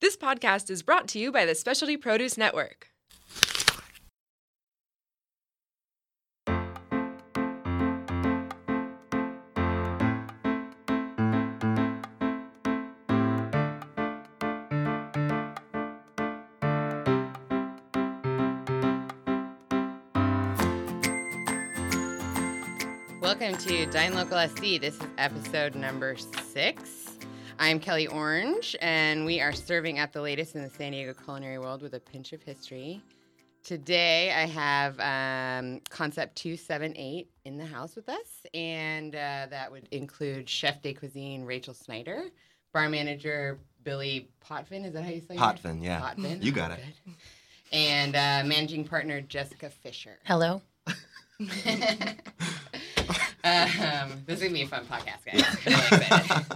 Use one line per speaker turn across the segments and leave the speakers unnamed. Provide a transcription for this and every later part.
This podcast is brought to you by the Specialty Produce Network.
Welcome to Dine Local SC. This is episode number six. I'm Kelly Orange, and we are serving up the latest in the San Diego culinary world with a pinch of history. Today, I have um, Concept 278 in the house with us, and uh, that would include Chef de Cuisine Rachel Snyder, Bar Manager Billy Potvin. Is that how you say it?
Potvin, yeah.
Potvin. Oh,
You got it.
Good. And uh, Managing Partner Jessica Fisher.
Hello.
um, this is gonna be a fun podcast, guys. I'm really excited.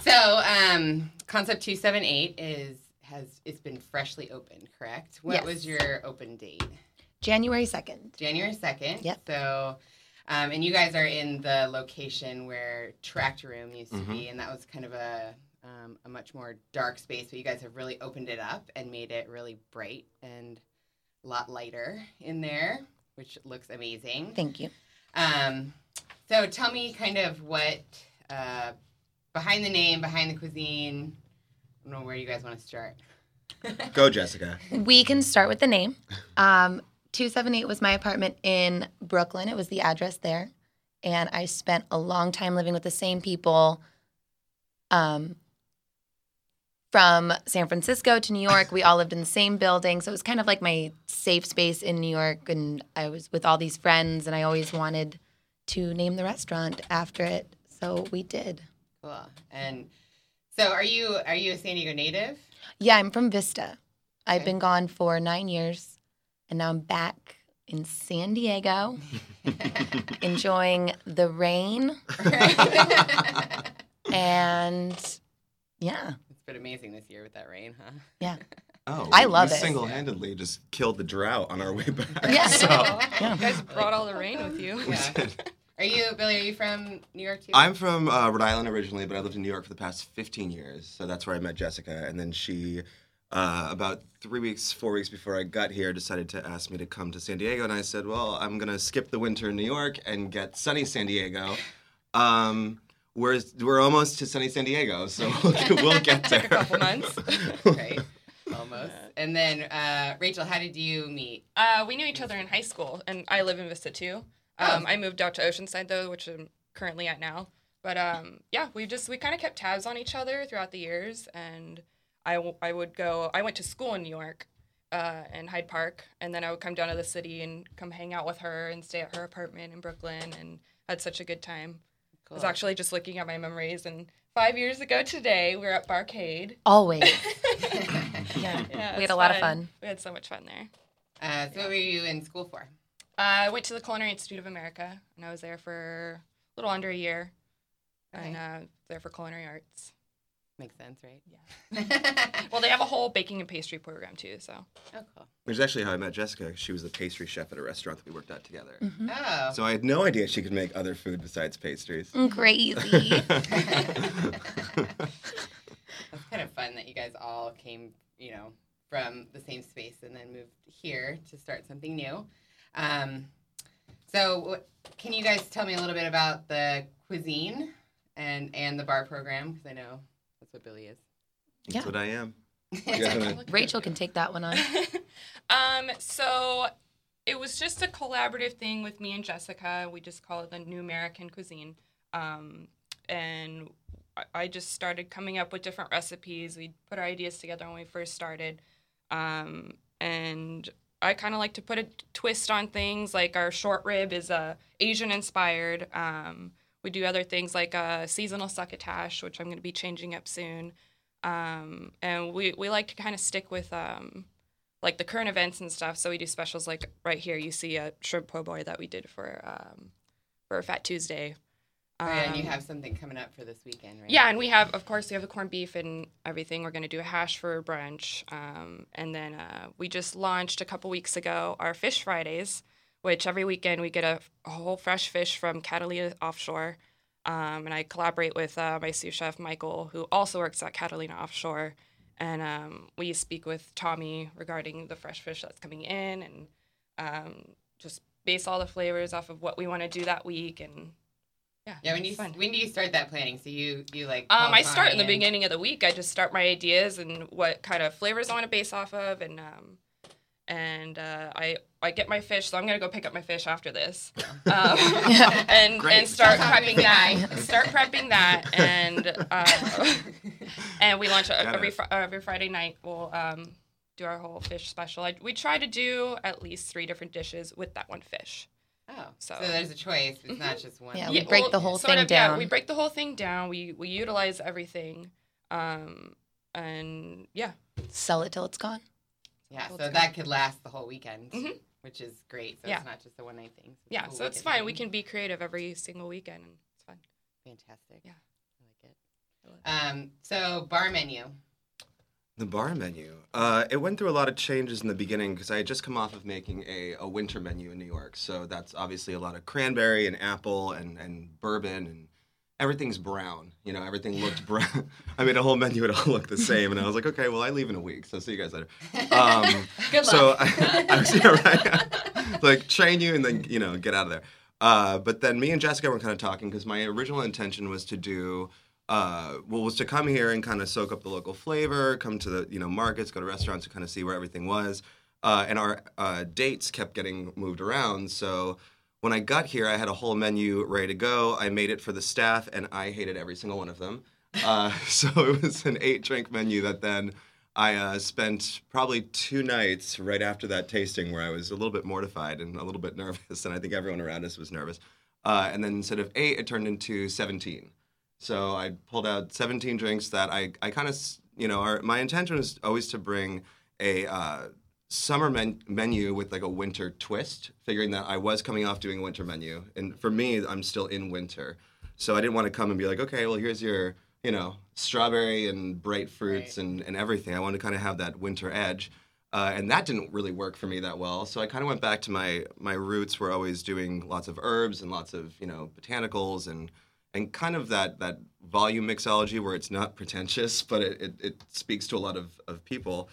so, um, Concept Two Seven Eight is has it's been freshly opened, correct? What
Yes.
was your open date?
January 2nd.
January second.
Yep.
So. Um, and you guys are in the location where Tractor Room used to
Mhm.
be, and that was kind of a um, a much more dark space. But you guys have really opened it up and made it really bright and a lot lighter in there, which looks amazing.
Thank you.
Um, so tell me kind of what uh, behind the name, behind the cuisine. I don't know where you guys want to start.
Go, Jessica.
We can start with the name. Um, 278 was my apartment in Brooklyn. It was the address there. And I spent a long time living with the same people um, from San Francisco to New York. We all lived in the same building. So it was kind of like my safe space in New York. And I was with all these friends, and I always wanted to name the restaurant after it. So we did.
Cool. And so are you are you a San Diego native?
Yeah, I'm from Vista. I've
Okay.
been gone for nine years, and now I'm back in San Diego, enjoying the rain.
it's
And yeah,
been amazing this year with that rain, huh?
yeah,
Oh,
I love
you
it.
Single-handedly just killed the drought on our way back.
Yeah.
So
Yeah.
You guys brought all the rain with you.
we
Yeah.
did.
Are you Billy? Are you from New York too?
I'm from uh, Rhode Island originally, but I lived in New York for the past 15 years. So that's where I met Jessica, and then she. Uh, about three weeks, four weeks before I got here, decided to ask me to come to San Diego, and I said, "Well, I'm gonna skip the winter in New York and get sunny San Diego." Um, we're we're almost to sunny San Diego, so we'll get there.
Took a couple months.
right, almost. And then uh, Rachel, how did you meet?
Uh, we knew each other in high school, and I live in Vista too. Um, I moved out to Oceanside though, which I'm currently at now. But um, yeah, we just we kind of kept tabs on each other throughout the years, and I, w- I would go. I went to school in New York, uh, in Hyde Park, and then I would come down to the city and come hang out with her and stay at her apartment in Brooklyn, and had such a good time. I was
Cool.
actually just looking at my memories, and five years ago today, we were at Barcade.
always. Yeah,
Yeah,
we had
it's
a lot of fun.
We had so much fun there.
Uh, so what were you in school for?
Uh, I went to the Culinary Institute of America, and I was there for a little under a year,
Okay.
and uh, there for culinary arts.
Makes sense, right?
Well, they have a whole baking and pastry program too. So
oh, cool.
Which is actually how I met Jessica. She was the pastry chef at a restaurant that we worked at together.
Oh,
So I had no idea she could make other food besides pastries.
Mm, Crazy.
It's kind of fun that you guys all came, you know, from the same space and then moved here to start something new. Um, so, wh- can you guys tell me a little bit about the cuisine and and the bar program? Because I know that's what Billy is.
That's what I am.
Rachel can take that one on.
um, so it was just a collaborative thing with me and Jessica. We just call it the New American Cuisine. Um, and I- I just started coming up with different recipes. We put our ideas together when we first started. Um, and I kind of like to put a twist on things. Like our short rib is uh, Asian inspired. Um, we do other things like uh, seasonal succotash, which I'm going to be changing up soon. Um, and we, we like to kind of stick with um, like the current events and stuff. So we do specials like right here. You see a shrimp po' boy that we did for um, for Fat Tuesday.
Oh, yeah, and you
Um,
have something coming up for this weekend, right?
yeah, and we have, of course, we have the corned beef and everything. We're going to do a hash for brunch. Um, and then uh, we just launched a couple weeks ago our Fish Fridays, which every weekend we get a, a whole fresh fish from Catalina Offshore. Um, and I collaborate with uh, my sous chef, Michael, who also works at Catalina Offshore. and um, we speak with Tommy regarding the fresh fish that's coming in, and um, just base all the flavors off of what we want to do that week, and yeah,
Yeah, when
it's
you
fun.
when do you start that planning? So you you like
Um,
call
I start in the
Tommy and-
beginning of the week. I just start my ideas and what kind of flavors I want to base off of, and um, and uh, I I get my fish. So I'm gonna go pick up my fish after this, um, and
Great.
and start
Sounds like
prepping
a
that.
guy.
Start prepping that, and uh, and we launch
Got
a,
it.
every fr- every Friday night. We'll um, do our whole fish special. I, we try to do at least three different dishes with that one fish.
Oh, so,
So-
there's a choice. It's not just one.
Yeah,
thing.
we break the whole
sort
thing
of, yeah, we
down.
break the whole thing down. We we utilize everything, um, and yeah,
Sell it till it's gone.
Yeah, so
Well, it's
that could last the whole weekend,
Mhm.
which is great. So
Yeah.
it's not just a one night thing. So
yeah.
a
So it's
weekend
fine. We
thing.
can be creative every single weekend, and it's fun.
Fantastic.
Yeah.
I
I
like
love
it. Um, so bar menu.
The bar menu. Uh, it went through a lot of changes in the beginning because I had just come off of making a, a winter menu in New York. So that's obviously a lot of cranberry and apple and, and bourbon and everything's brown. You know, everything looked brown. I made a whole menu, it all looked the same. And I was like, okay, well, I leave in a week. So see you guys later. Um,
Good luck.
so I, I was yeah, right? like train you and then you know get out of there. Uh, but then me and Jessica were kind of talking because my original intention was to do uh, well was to come here and kind of soak up the local flavor, come to the you know markets, go to restaurants to kind of see where everything was. Uh, and our uh, dates kept getting moved around, so. When I got here, I had a whole menu ready to go. I made it for the staff, and I hated every single one of them. Uh, so it was an eight-drink menu that then I uh, spent probably two nights right after that tasting where I was a little bit mortified and a little bit nervous, and I think everyone around us was nervous. Uh, and then instead of eight, it turned into 17. So I pulled out 17 drinks that I, I kind of, you know, our, my intention was always to bring a uh, summer men- menu with like a winter twist, figuring that I was coming off doing a winter menu. And for me, I'm still in winter. So I didn't want to come and be like, okay, well, here's your, you know, strawberry and bright fruits and, and everything. I wanted to kind of have that winter edge. Uh, and that didn't really work for me that well. So I kind of went back to my, my roots were always doing lots of herbs and lots of, you know, botanicals and, and kind of that, that volume mixology where it's not pretentious, but it, it, it speaks to a lot of, of people.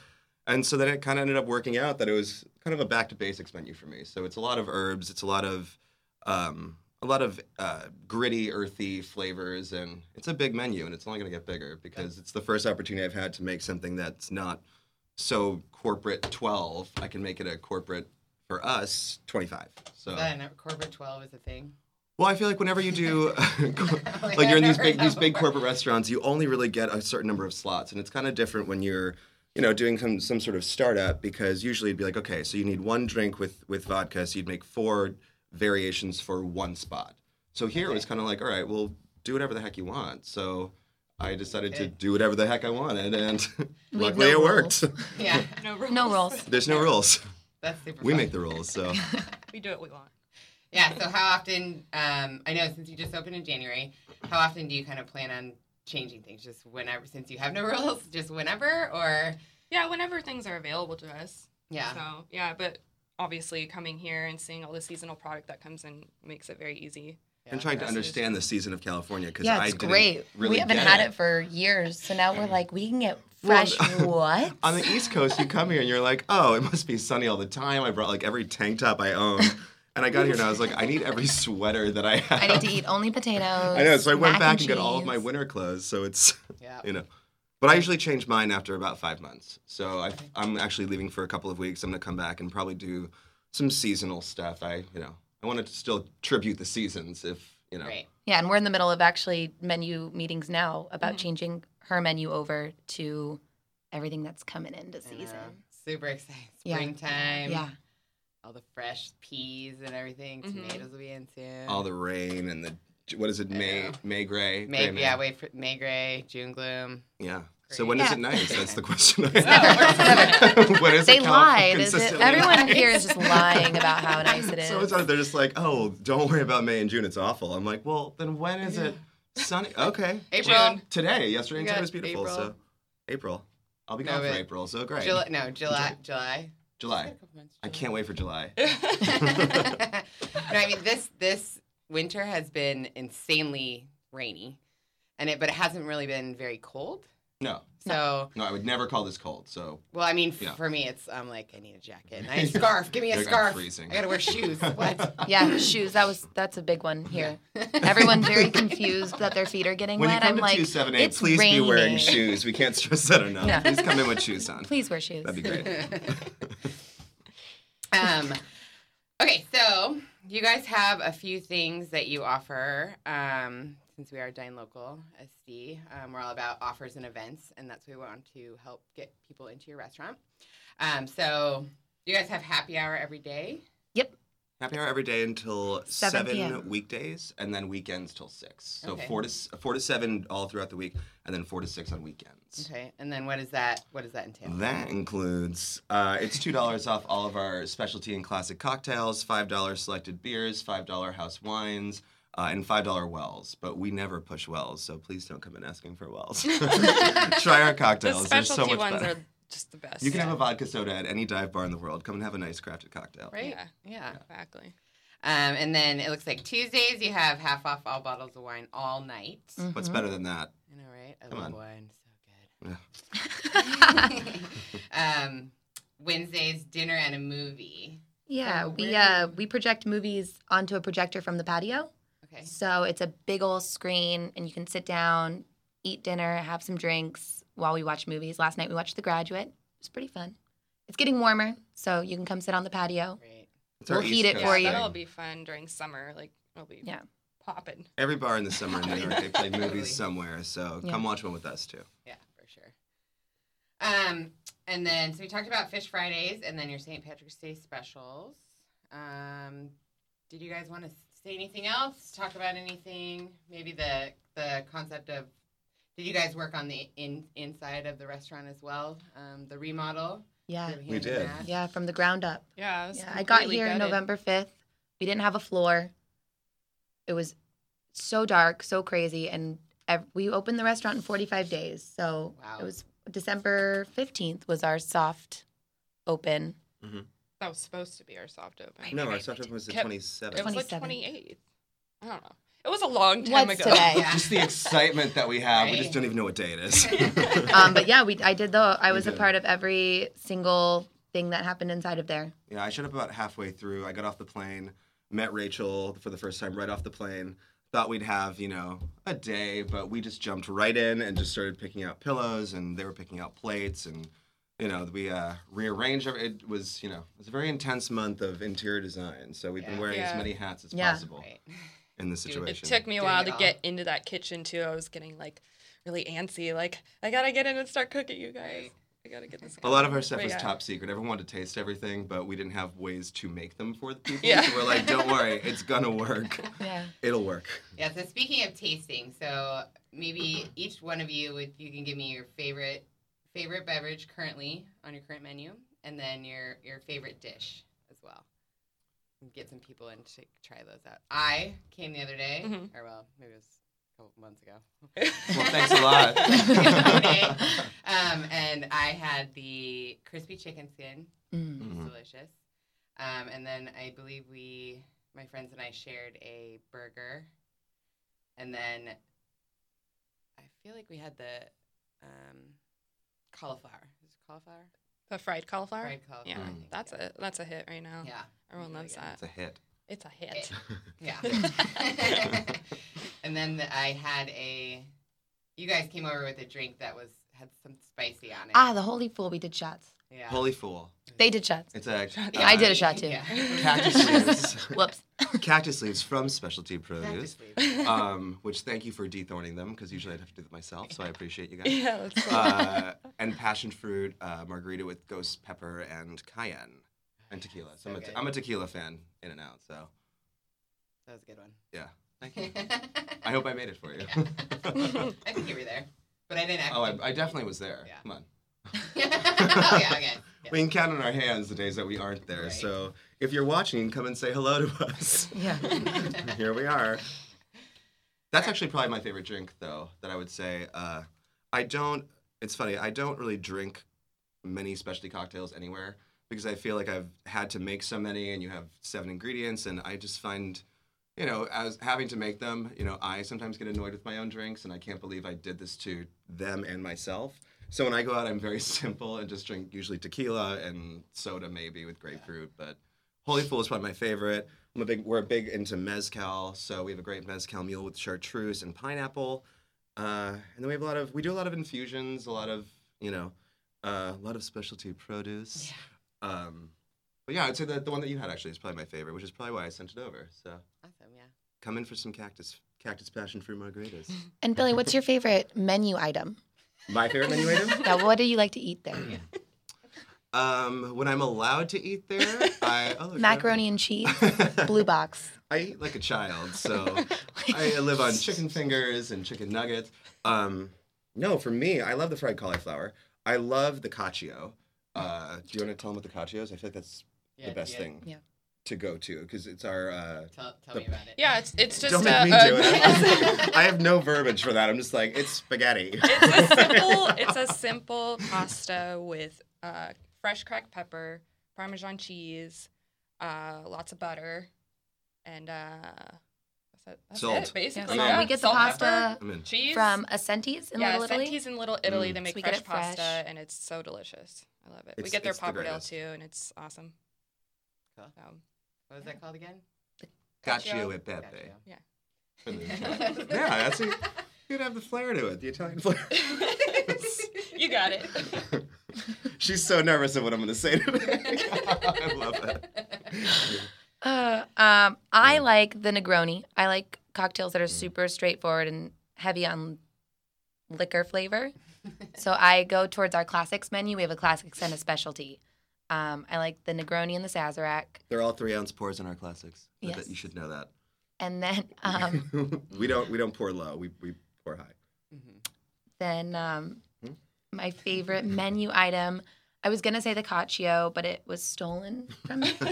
And so then it kind of ended up working out that it was kind of a back to basics menu for me. So it's a lot of herbs, it's a lot of um, a lot of uh, gritty, earthy flavors, and it's a big menu, and it's only going to get bigger because it's the first opportunity I've had to make something that's not so corporate twelve. I can make it a corporate for us twenty five. So
Is that a num- corporate twelve is a thing.
well, I feel like whenever you do,
Like,
like you're in
I've
these
never
big
heard
these
that
big
before.
corporate restaurants, you only really get a certain number of slots, and it's kind of different when you're, you know, doing some some sort of startup because usually it'd be like, okay, so you need one drink with with vodka, so you'd make four variations for one spot. So here it was kind of like, all right, well, do whatever the heck you want. So I decided to
Okay.
do whatever the heck I wanted, and
We have
luckily
no
it worked.
Yeah,
No rules.
No rules.
There's no rules.
that's super.
We
fun.
make the rules, so.
We do what we want.
Yeah. So how often? Um, I know since you just opened in January, how often do you kind of plan on changing things? Just whenever, since you have no rules, just whenever, or
Yeah, whenever things are available to us.
yeah.
So yeah, but obviously coming here and seeing all the seasonal product that comes in makes it very easy.
I'm trying to
That's it.
understand the season of California because
Yeah,
I
it's
didn't
great. Mm.
really
we haven't
get
had
it.
it. for years, so now we're like, we can get
Well,
fresh what?
on the East Coast, you come here and you're like, oh, it must be sunny all the time. I brought like every tank top I own. And I got here and I was like, I need every sweater that I have.
I need to eat only potatoes.
I know, so I went
mac
back and got all of
cheese.
my winter clothes. So it's,
Yeah.
you know. But I usually change mine after about five months. So I, I'm actually leaving for a couple of weeks. I'm going to come back and probably do some seasonal stuff. I, you know, I want to still tribute the seasons if, you know.
Right.
Yeah, and we're in the middle of actually menu meetings now about
Mm-hmm.
Mhm.
changing her menu over to everything that's coming into
I know.
season.
Super excited.
Yeah.
Springtime.
Yeah.
All the fresh peas and everything.
Mhm.
Tomatoes will be in soon.
All the rain and the, what is it, May,
know.
May gray?
May,
Gray May.
yeah, wait for May Gray, June Gloom.
Yeah. So when is
Yeah.
it nice? That's the question. I
Yeah,
when is
They
it California
lied. Is it,
consistently
everyone
nice?
here is just lying about how nice it is.
So it's like they're just like, oh, don't worry about May and June. It's awful. I'm like, well, then when is it sunny? Okay.
April.
June.
Today, yesterday,
We
and today
got
was beautiful.
April.
So April. I'll be
No,
gone for
but-
April. So great.
July, no, July. July.
July. I can't wait for July.
no, I mean this this winter has been insanely rainy, and it but it hasn't really been very cold.
No,
So,
no, I would never call this cold. So
well, I mean, f-
Yeah.
for me, it's I'm like, I need a jacket. I need a scarf. Give me a
You're like, I'm
scarf.
freezing.
I gotta wear shoes. What?
Yeah, shoes. That was that's a big one here. Everyone's very confused that their feet are getting
when you
wet.
come
I'm
to
like,
two seven eight,
it's
please be wearing
raining.
shoes. We can't stress that enough.
No.
Please come in with shoes on.
Please wear shoes.
That'd be great.
um, okay, so you guys have a few things that you offer. Um, since we are Dine Local SD, um, we're all about offers and events, and that's what we want to help get people into your restaurant. Um, so you guys have happy hour every day.
Happy hour every day until
7
seven,
p.m..
weekdays, and then weekends till six. So
Okay.
four to s- four to seven all throughout the week, and then four to six on weekends.
Okay, and then what is that? What does that entail?
That includes uh, it's two dollars off all of our specialty and classic cocktails, five dollars selected beers, five dollar house wines, uh, and five dollar wells. But we never push wells, so please don't come in asking for wells. Try our
The
cocktails; they're so
specialty
much
ones
better.
are just the best.
You can have a vodka soda at any dive bar in the world. Come and have a nice crafted cocktail.
right?
Yeah.
yeah.
exactly.
Um, and then it looks like Tuesdays you have half off all bottles of wine all night.
What's
Mhm.
better than that?
I know, right? I
Mm. Come
love wine.
on.
So
Yeah.
good. um, Wednesdays, dinner and a movie.
Yeah,
So
we
where-
uh, we project movies onto a projector from the patio.
Okay.
So it's a big old screen, and you can sit down, eat dinner, have some drinks while we watch movies. Last night we watched The Graduate. It was pretty fun. It's getting warmer, so you can come sit on the patio.
Great.
It's our
We'll
East
heat it
Coast
for
Yeah,
you.
that'll
thing.
be fun during summer. Like it'll be
Yeah.
popping.
Every bar in the summer in New York, they play
Totally.
movies somewhere. So
Yeah.
come watch one with us too.
Yeah, for sure. Um, and then so we talked about Fish Fridays and then your St. Patrick's Day specials. Um, did you guys want to say anything else? Talk about anything? Maybe the the concept of did you guys work on the in, inside of the restaurant as well? Um, the remodel.
Yeah,
Give a
We
hand to
did.
that.
yeah, from the ground up.
Yeah. was
Yeah, I got
completely
here
gutted.
November 5th. We didn't have a floor. It was so dark, so crazy. And ev- we opened the restaurant in 45 days. So
Wow.
it was December 15th was our soft open.
That was supposed to be our soft open.
Right.
No, our
right,
soft
right.
open was the
Kept-
twenty
It
seventh.
was like
27.
28. I don't know. It was a long time
What's
ago.
today?
Yeah.
Just the excitement that we have. We
Right.
just don't even know what day it is.
Um, but yeah, we I did though. I
We
was a
did.
part of every single thing that happened inside of there.
Yeah, I showed up about halfway through. I got off the plane, met Rachel for the first time right off the plane. Thought we'd have, you know, a day, but we just jumped right in and just started picking out pillows and they were picking out plates and you know, we uh, rearranged. every- It was, you know, it was a very intense month of interior design. So we've
Yeah.
been wearing as
Yeah.
many hats as
Yeah.
possible
Right.
in this
Dude, it
It
situation.
took me a
Doing
while
it
to
all.
get into that kitchen too. I was getting like really antsy. Like I gotta get in and start cooking, you guys.
Right.
I gotta get this.
a lot of our stuff
But
was
yeah.
top secret. Everyone wanted to taste everything, but we didn't have ways to make them for the people.
Yeah.
So we're like, don't worry, it's gonna work.
Yeah.
It'll work.
Yeah, so speaking of tasting, so maybe each one of you would you can give me your favorite favorite beverage currently on your current menu and then your your favorite dish as well. Get some people in to try those out. I came the other day,
Mhm.
or well, maybe it was a couple months ago.
Well, thanks a lot.
The other day, um, and I had the crispy chicken skin
Mm.
it was
Mhm.
delicious. Um, and then I believe we, my friends and I, shared a burger. And then I feel like we had the um, cauliflower. Is it cauliflower?
the fried cauliflower.
Fried cauliflower.
Yeah,
Mm,
I think,
that's a that's a hit right now.
Yeah.
Everyone
really
loves
good.
that.
It's a hit.
It's a hit.
Yeah. and then the- I had a. You guys came over with a drink that was had some spicy on it.
Ah, the Holy Fool, we did shots.
yeah.
Holy fool.
They did shots.
It's a uh,
Yeah,
I did a shot too.
Cactus leaves.
Whoops.
cactus leaves from Specialty Produce,
Cactus leaves.
um, which thank you for dethorning them because usually I'd have to do that myself. So I appreciate you guys.
yeah, that's cool.
Uh, and passion fruit uh, margarita with ghost pepper and cayenne and tequila. So,
So
I'm, a
good.
am a tequila fan, in and out. So
That was a good one.
yeah, thank you. I hope I made it for you.
Yeah. I think you were there, but I didn't
oh,
actually.
I, I definitely was there.
Yeah.
Come on.
oh yeah, okay. Yeah.
We can count on our hands the days that we aren't there.
Right.
So if you're watching, come and say hello to us.
Yeah.
Here we are. That's actually probably my favorite drink, though, that I would say. Uh, I don't, it's funny, I don't really drink many specialty cocktails anywhere because I feel like I've had to make so many and you have seven ingredients, and I just find you know, as having to make them, you know, I sometimes get annoyed with my own drinks, and I can't believe I did this to them and myself. So when I go out, I'm very simple and just drink usually tequila and soda, maybe with grapefruit. But Holy Fool is probably my favorite. I'm a big, we're big into mezcal, so we have a great mezcal meal with chartreuse and pineapple. Uh, and then we have a lot of we do a lot of infusions, a lot of you know, uh, a lot of specialty produce. Um, but yeah, I'd say that the one that you had actually is probably my favorite, which is probably why I sent it over. So
Awesome, yeah.
come in for some cactus cactus passion fruit margaritas.
And Billy, what's your favorite menu item?
my favorite menu item.
Yeah, what do you like to eat there?
Um, when I'm allowed to eat there, I oh, look,
Macaroni and cheese, blue box.
I eat like a child, so I live on chicken fingers and chicken nuggets. Um, no, for me, I love the fried cauliflower. I love the cacio. Uh, do you want to tell them what the cacio is? I feel like that's the best thing
Yeah.
to go to because it's our. Uh,
Tell, tell me about it.
Yeah, it's it's just uh,
don't
a,
make me
a-
do it. I'm like- I have no verbiage for that. I'm just like it's spaghetti.
it's a simple it's a simple pasta with uh, fresh cracked pepper, Parmesan cheese, uh, lots of butter, and uh, that's, it, that's
Salt.
it basically.
Yeah.
Yeah,
we get the
salt,
pasta
pepper,
I'm in.
cheese
from Ascenti's in
yeah,
Little Italy.
Senti's in Little Italy. They make
we get
fresh
it fresh.
pasta, and it's so delicious. I love it. we
Mm. It's-
get their
it's the
pappardelle
greatest.
too, and it's awesome.
Cool.
So,
What was that called again?
Cacio e pepe.
Gotcha.
For the- yeah, that's it. You'd have the flair to it, the Italian flair.
you got it.
She's so nervous of what I'm going to say today. I love that.
Uh, um, I like the Negroni. I like cocktails
Mm.
that are super straightforward and heavy on liquor flavor. so I go towards our classics menu. We have a classics and a specialty. Um, I like the Negroni and the Sazerac,
They're all three ounce pours in our classics. I bet
Yes.
you should know that.
and then um,
we don't we don't pour low. We we pour high.
then um,
Hmm?
my favorite menu item. I was gonna say the cacio, but it was stolen from me.
you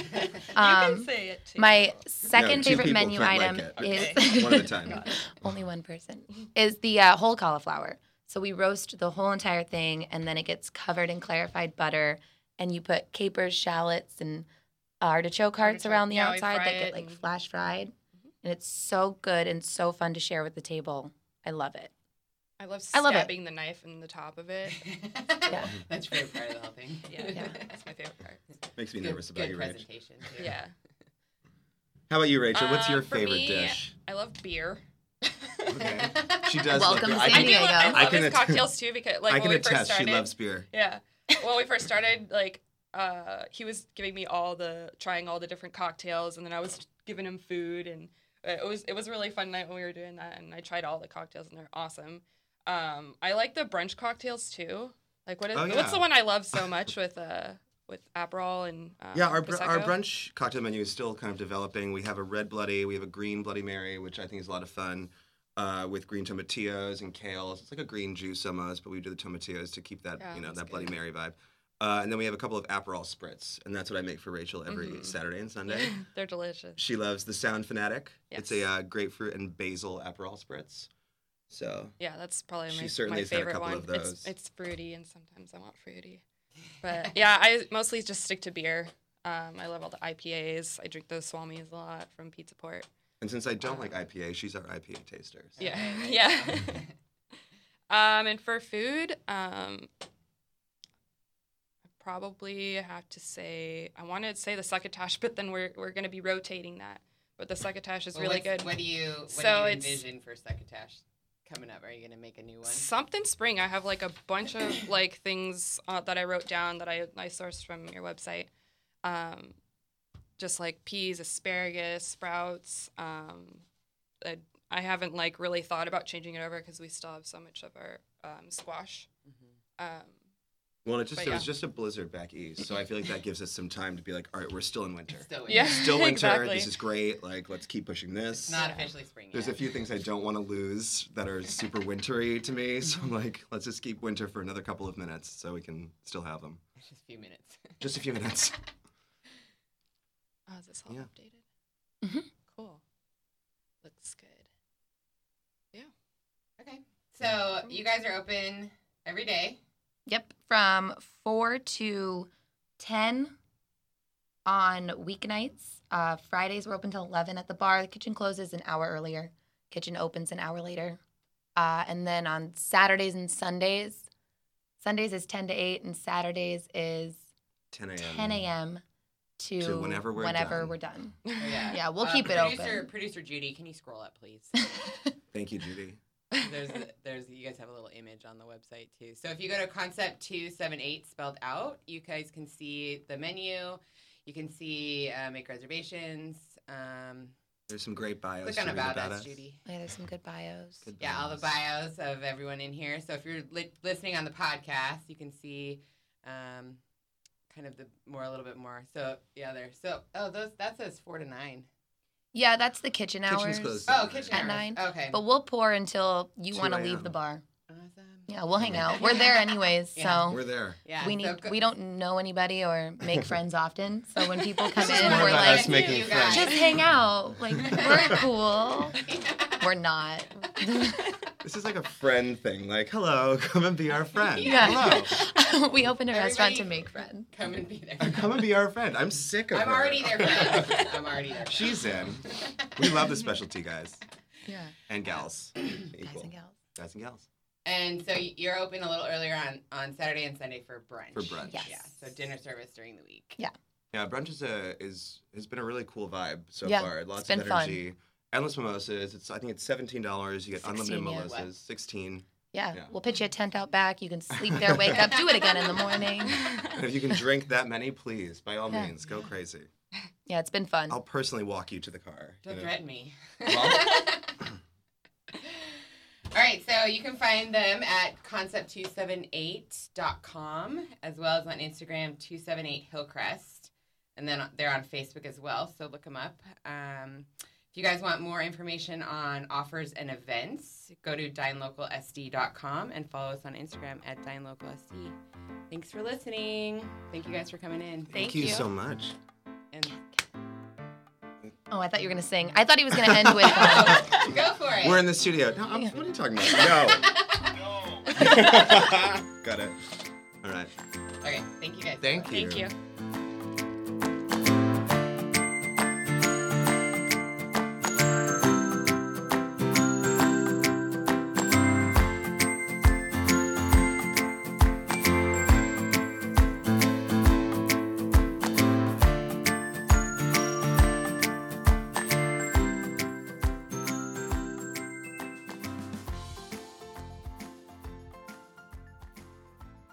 Um,
can say it too.
My second
No, two
favorite
people
menu
can't like
item
it.
is
One at a time.
only one person is the uh, whole cauliflower so we roast the whole entire thing and then it gets covered in clarified butter and you put capers shallots and artichoke hearts
Artichoke.
around the
Yeah, we
outside
fry
that
it
get like
and- Mm-hmm.
flash fried and it's so good and so fun to share with the table i love it
I love
I love it.
stabbing the knife in the top of it.
Yeah.
Mm-hmm. That's your favorite part of the whole thing.
Yeah,
Yeah.
that's my favorite part.
Makes me
Good-
nervous about
good
you, Rach.
presentation. too.
Yeah,
How about you, Rachel? What's
Um,
your
for
favorite
me,
dish?
I love beer.
Okay. She does.
Welcome
love
to
beer.
San
I do.
Diego.
Love, I love
I can
his
att-
cocktails too because like
I
when
can
we first
attest. She
started,
loves beer.
Yeah. When we first started, like, uh, he was giving me all the trying all the different cocktails, and then I was giving him food, and it was it was a really fun night when we were doing that, and I tried all the cocktails, and they're awesome. Um, I like the brunch cocktails too. Like, what is
Oh, yeah.
what's the one I love so much with uh with Aperol and uh,
Yeah, our, br- our
Prosecco?
brunch cocktail menu is still kind of developing. We have a red bloody, we have a green bloody Mary, which I think is a lot of fun, uh, with green tomatillos and kales. It's like a green juice almost, but we do the tomatillos to keep that
Yeah,
you know
that's
that Bloody
good.
Mary vibe. Uh, and then we have a couple of Aperol spritz, and that's what I make for Rachel every
Mhm.
Saturday and Sunday.
They're delicious.
she loves the Sound Fanatic. It's a
Yes.
uh, grapefruit and basil Aperol spritz. So
Yeah, that's probably
She
my,
certainly
my
has had a
favorite
couple
one.
of those.
It's, it's fruity, and sometimes I want fruity. But yeah, I mostly just stick to beer. Um, I love all the IPAs. I drink those Swamis a lot from Pizza Port.
and since I don't like IPA, she's our IPA taster. so-
Uh-huh. Yeah,
Alright.
yeah. um, and for food, um, I probably have to say I want to say the succotash, but then we're we're gonna be rotating that. But the succotash is
Well,
really
what's-
good.
What do you what
So
do you
it's-
envision for succotash coming up? Are you gonna make a new one?
Something spring. I have like a bunch of like things uh, that I wrote down that I, I sourced from your website. Um, just like peas, asparagus, sprouts. Um, I, I haven't like really thought about changing it over because we still have so much of our um, squash.
Mm-hmm.
Um,
Well, it just
But
it
yeah.
was just a blizzard back east, so I feel like that gives us some time to be like, all right, we're still in winter.
Still in.
yeah,
Still winter.
exactly.
This is great. Like, let's keep pushing this.
It's not officially spring
There's a
yet.
few things I don't want to lose that are super wintry to me, so I'm like, let's just keep winter for another couple of minutes so we can still have them.
It's just a few minutes.
Just a few minutes.
oh, is this all
Yeah.
updated?
Mhm.
Cool. Looks good.
Okay. So you guys are open every day.
yep from 4 to 10 on weeknights. Uh, Fridays we're open till 11 at the bar. The kitchen closes an hour earlier, kitchen opens an hour later. Uh, and then on Saturdays and Sundays, Sundays is 10 to 8, and Saturdays is
10 a.m.
10 a.m. to,
To whenever we're
whenever
done.
we're done.
Oh, yeah. Uh,
Yeah, we'll keep it open.
producer, Producer Judy, can you scroll up, please?
Thank you, Judy.
there's there's you guys have a little image on the website too. So if you go to concept two seven eight spelled out, you guys can see the menu. You can see uh, make reservations. Um,
There's some great bios.
click on
to read
about, us, Judy.
Oh, Yeah, there's some good bios.
Good
Yeah, all the
bios.
bios of everyone in here. So if you're li- listening on the podcast, you can see um, kind of the more a little bit more. So yeah, there. So oh, those that says four to nine.
Yeah, that's the kitchen
Kitchen's
hours.
closed.
Oh, kitchen
At
hours.
nine.
Okay.
But we'll pour until you
2
want to leave
a.m..
the bar.
awesome.
Yeah, we'll hang out. We're there anyways,
Yeah.
so
We're there.
Yeah.
we
so
need
go-
we don't know anybody or make friends often. So when people come
This is
in,
more
we're
about
like,
us making You guys.
just hang out. Like we're cool. We're not.
This is like a friend thing. Like, hello, come and be our friend.
Yeah.
Hello.
we opened a restaurant to
Everybody-
make friends.
Come and be there.
Uh, Come and be our friend. I'm sick of
I'm
her.
already there. For this. I'm already there. for
She's
this.
in. We love the specialty guys
Yeah,
and gals.
guys
Equal.
and gals.
Guys and gals.
And so y- you're open a little earlier on on Saturday and Sunday for brunch.
For brunch.
Yes.
Yeah. So dinner service during the week.
Yeah.
Yeah, brunch is a is has been a really cool vibe so
Yeah,
far.
it's
Lots
been
of
fun.
energy. Endless mimosas. It's I think it's seventeen dollars. You get
16,
unlimited
yeah.
mimosas.
What?
Sixteen.
Yeah.
Yeah.
we'll pitch you a tent out back. You can sleep there, wake up, do it again in the morning.
And if you can drink that many, please, by all
Yeah.
means, go crazy.
Yeah, it's been fun.
I'll personally walk you to the car. you
Don't
know.
threaten me.
Well-
All right, so you can find them at concept278.com as well as on Instagram 278 Hillcrest. And then they're on Facebook as well, so look them up. Um, if you guys want more information on offers and events, go to dinelocalsd.com and follow us on Instagram at dinelocalsd. Thanks for listening. Thank you guys for coming in.
Thank,
Thank
you,
you.
so much.
And
Oh, I thought you were gonna sing. I thought he was gonna end with. um,
go for it.
We're in the studio. No, I'm,
Yeah.
what are you talking about? No. Got it. All right.
okay, thank you guys.
Thank you.
Thank you.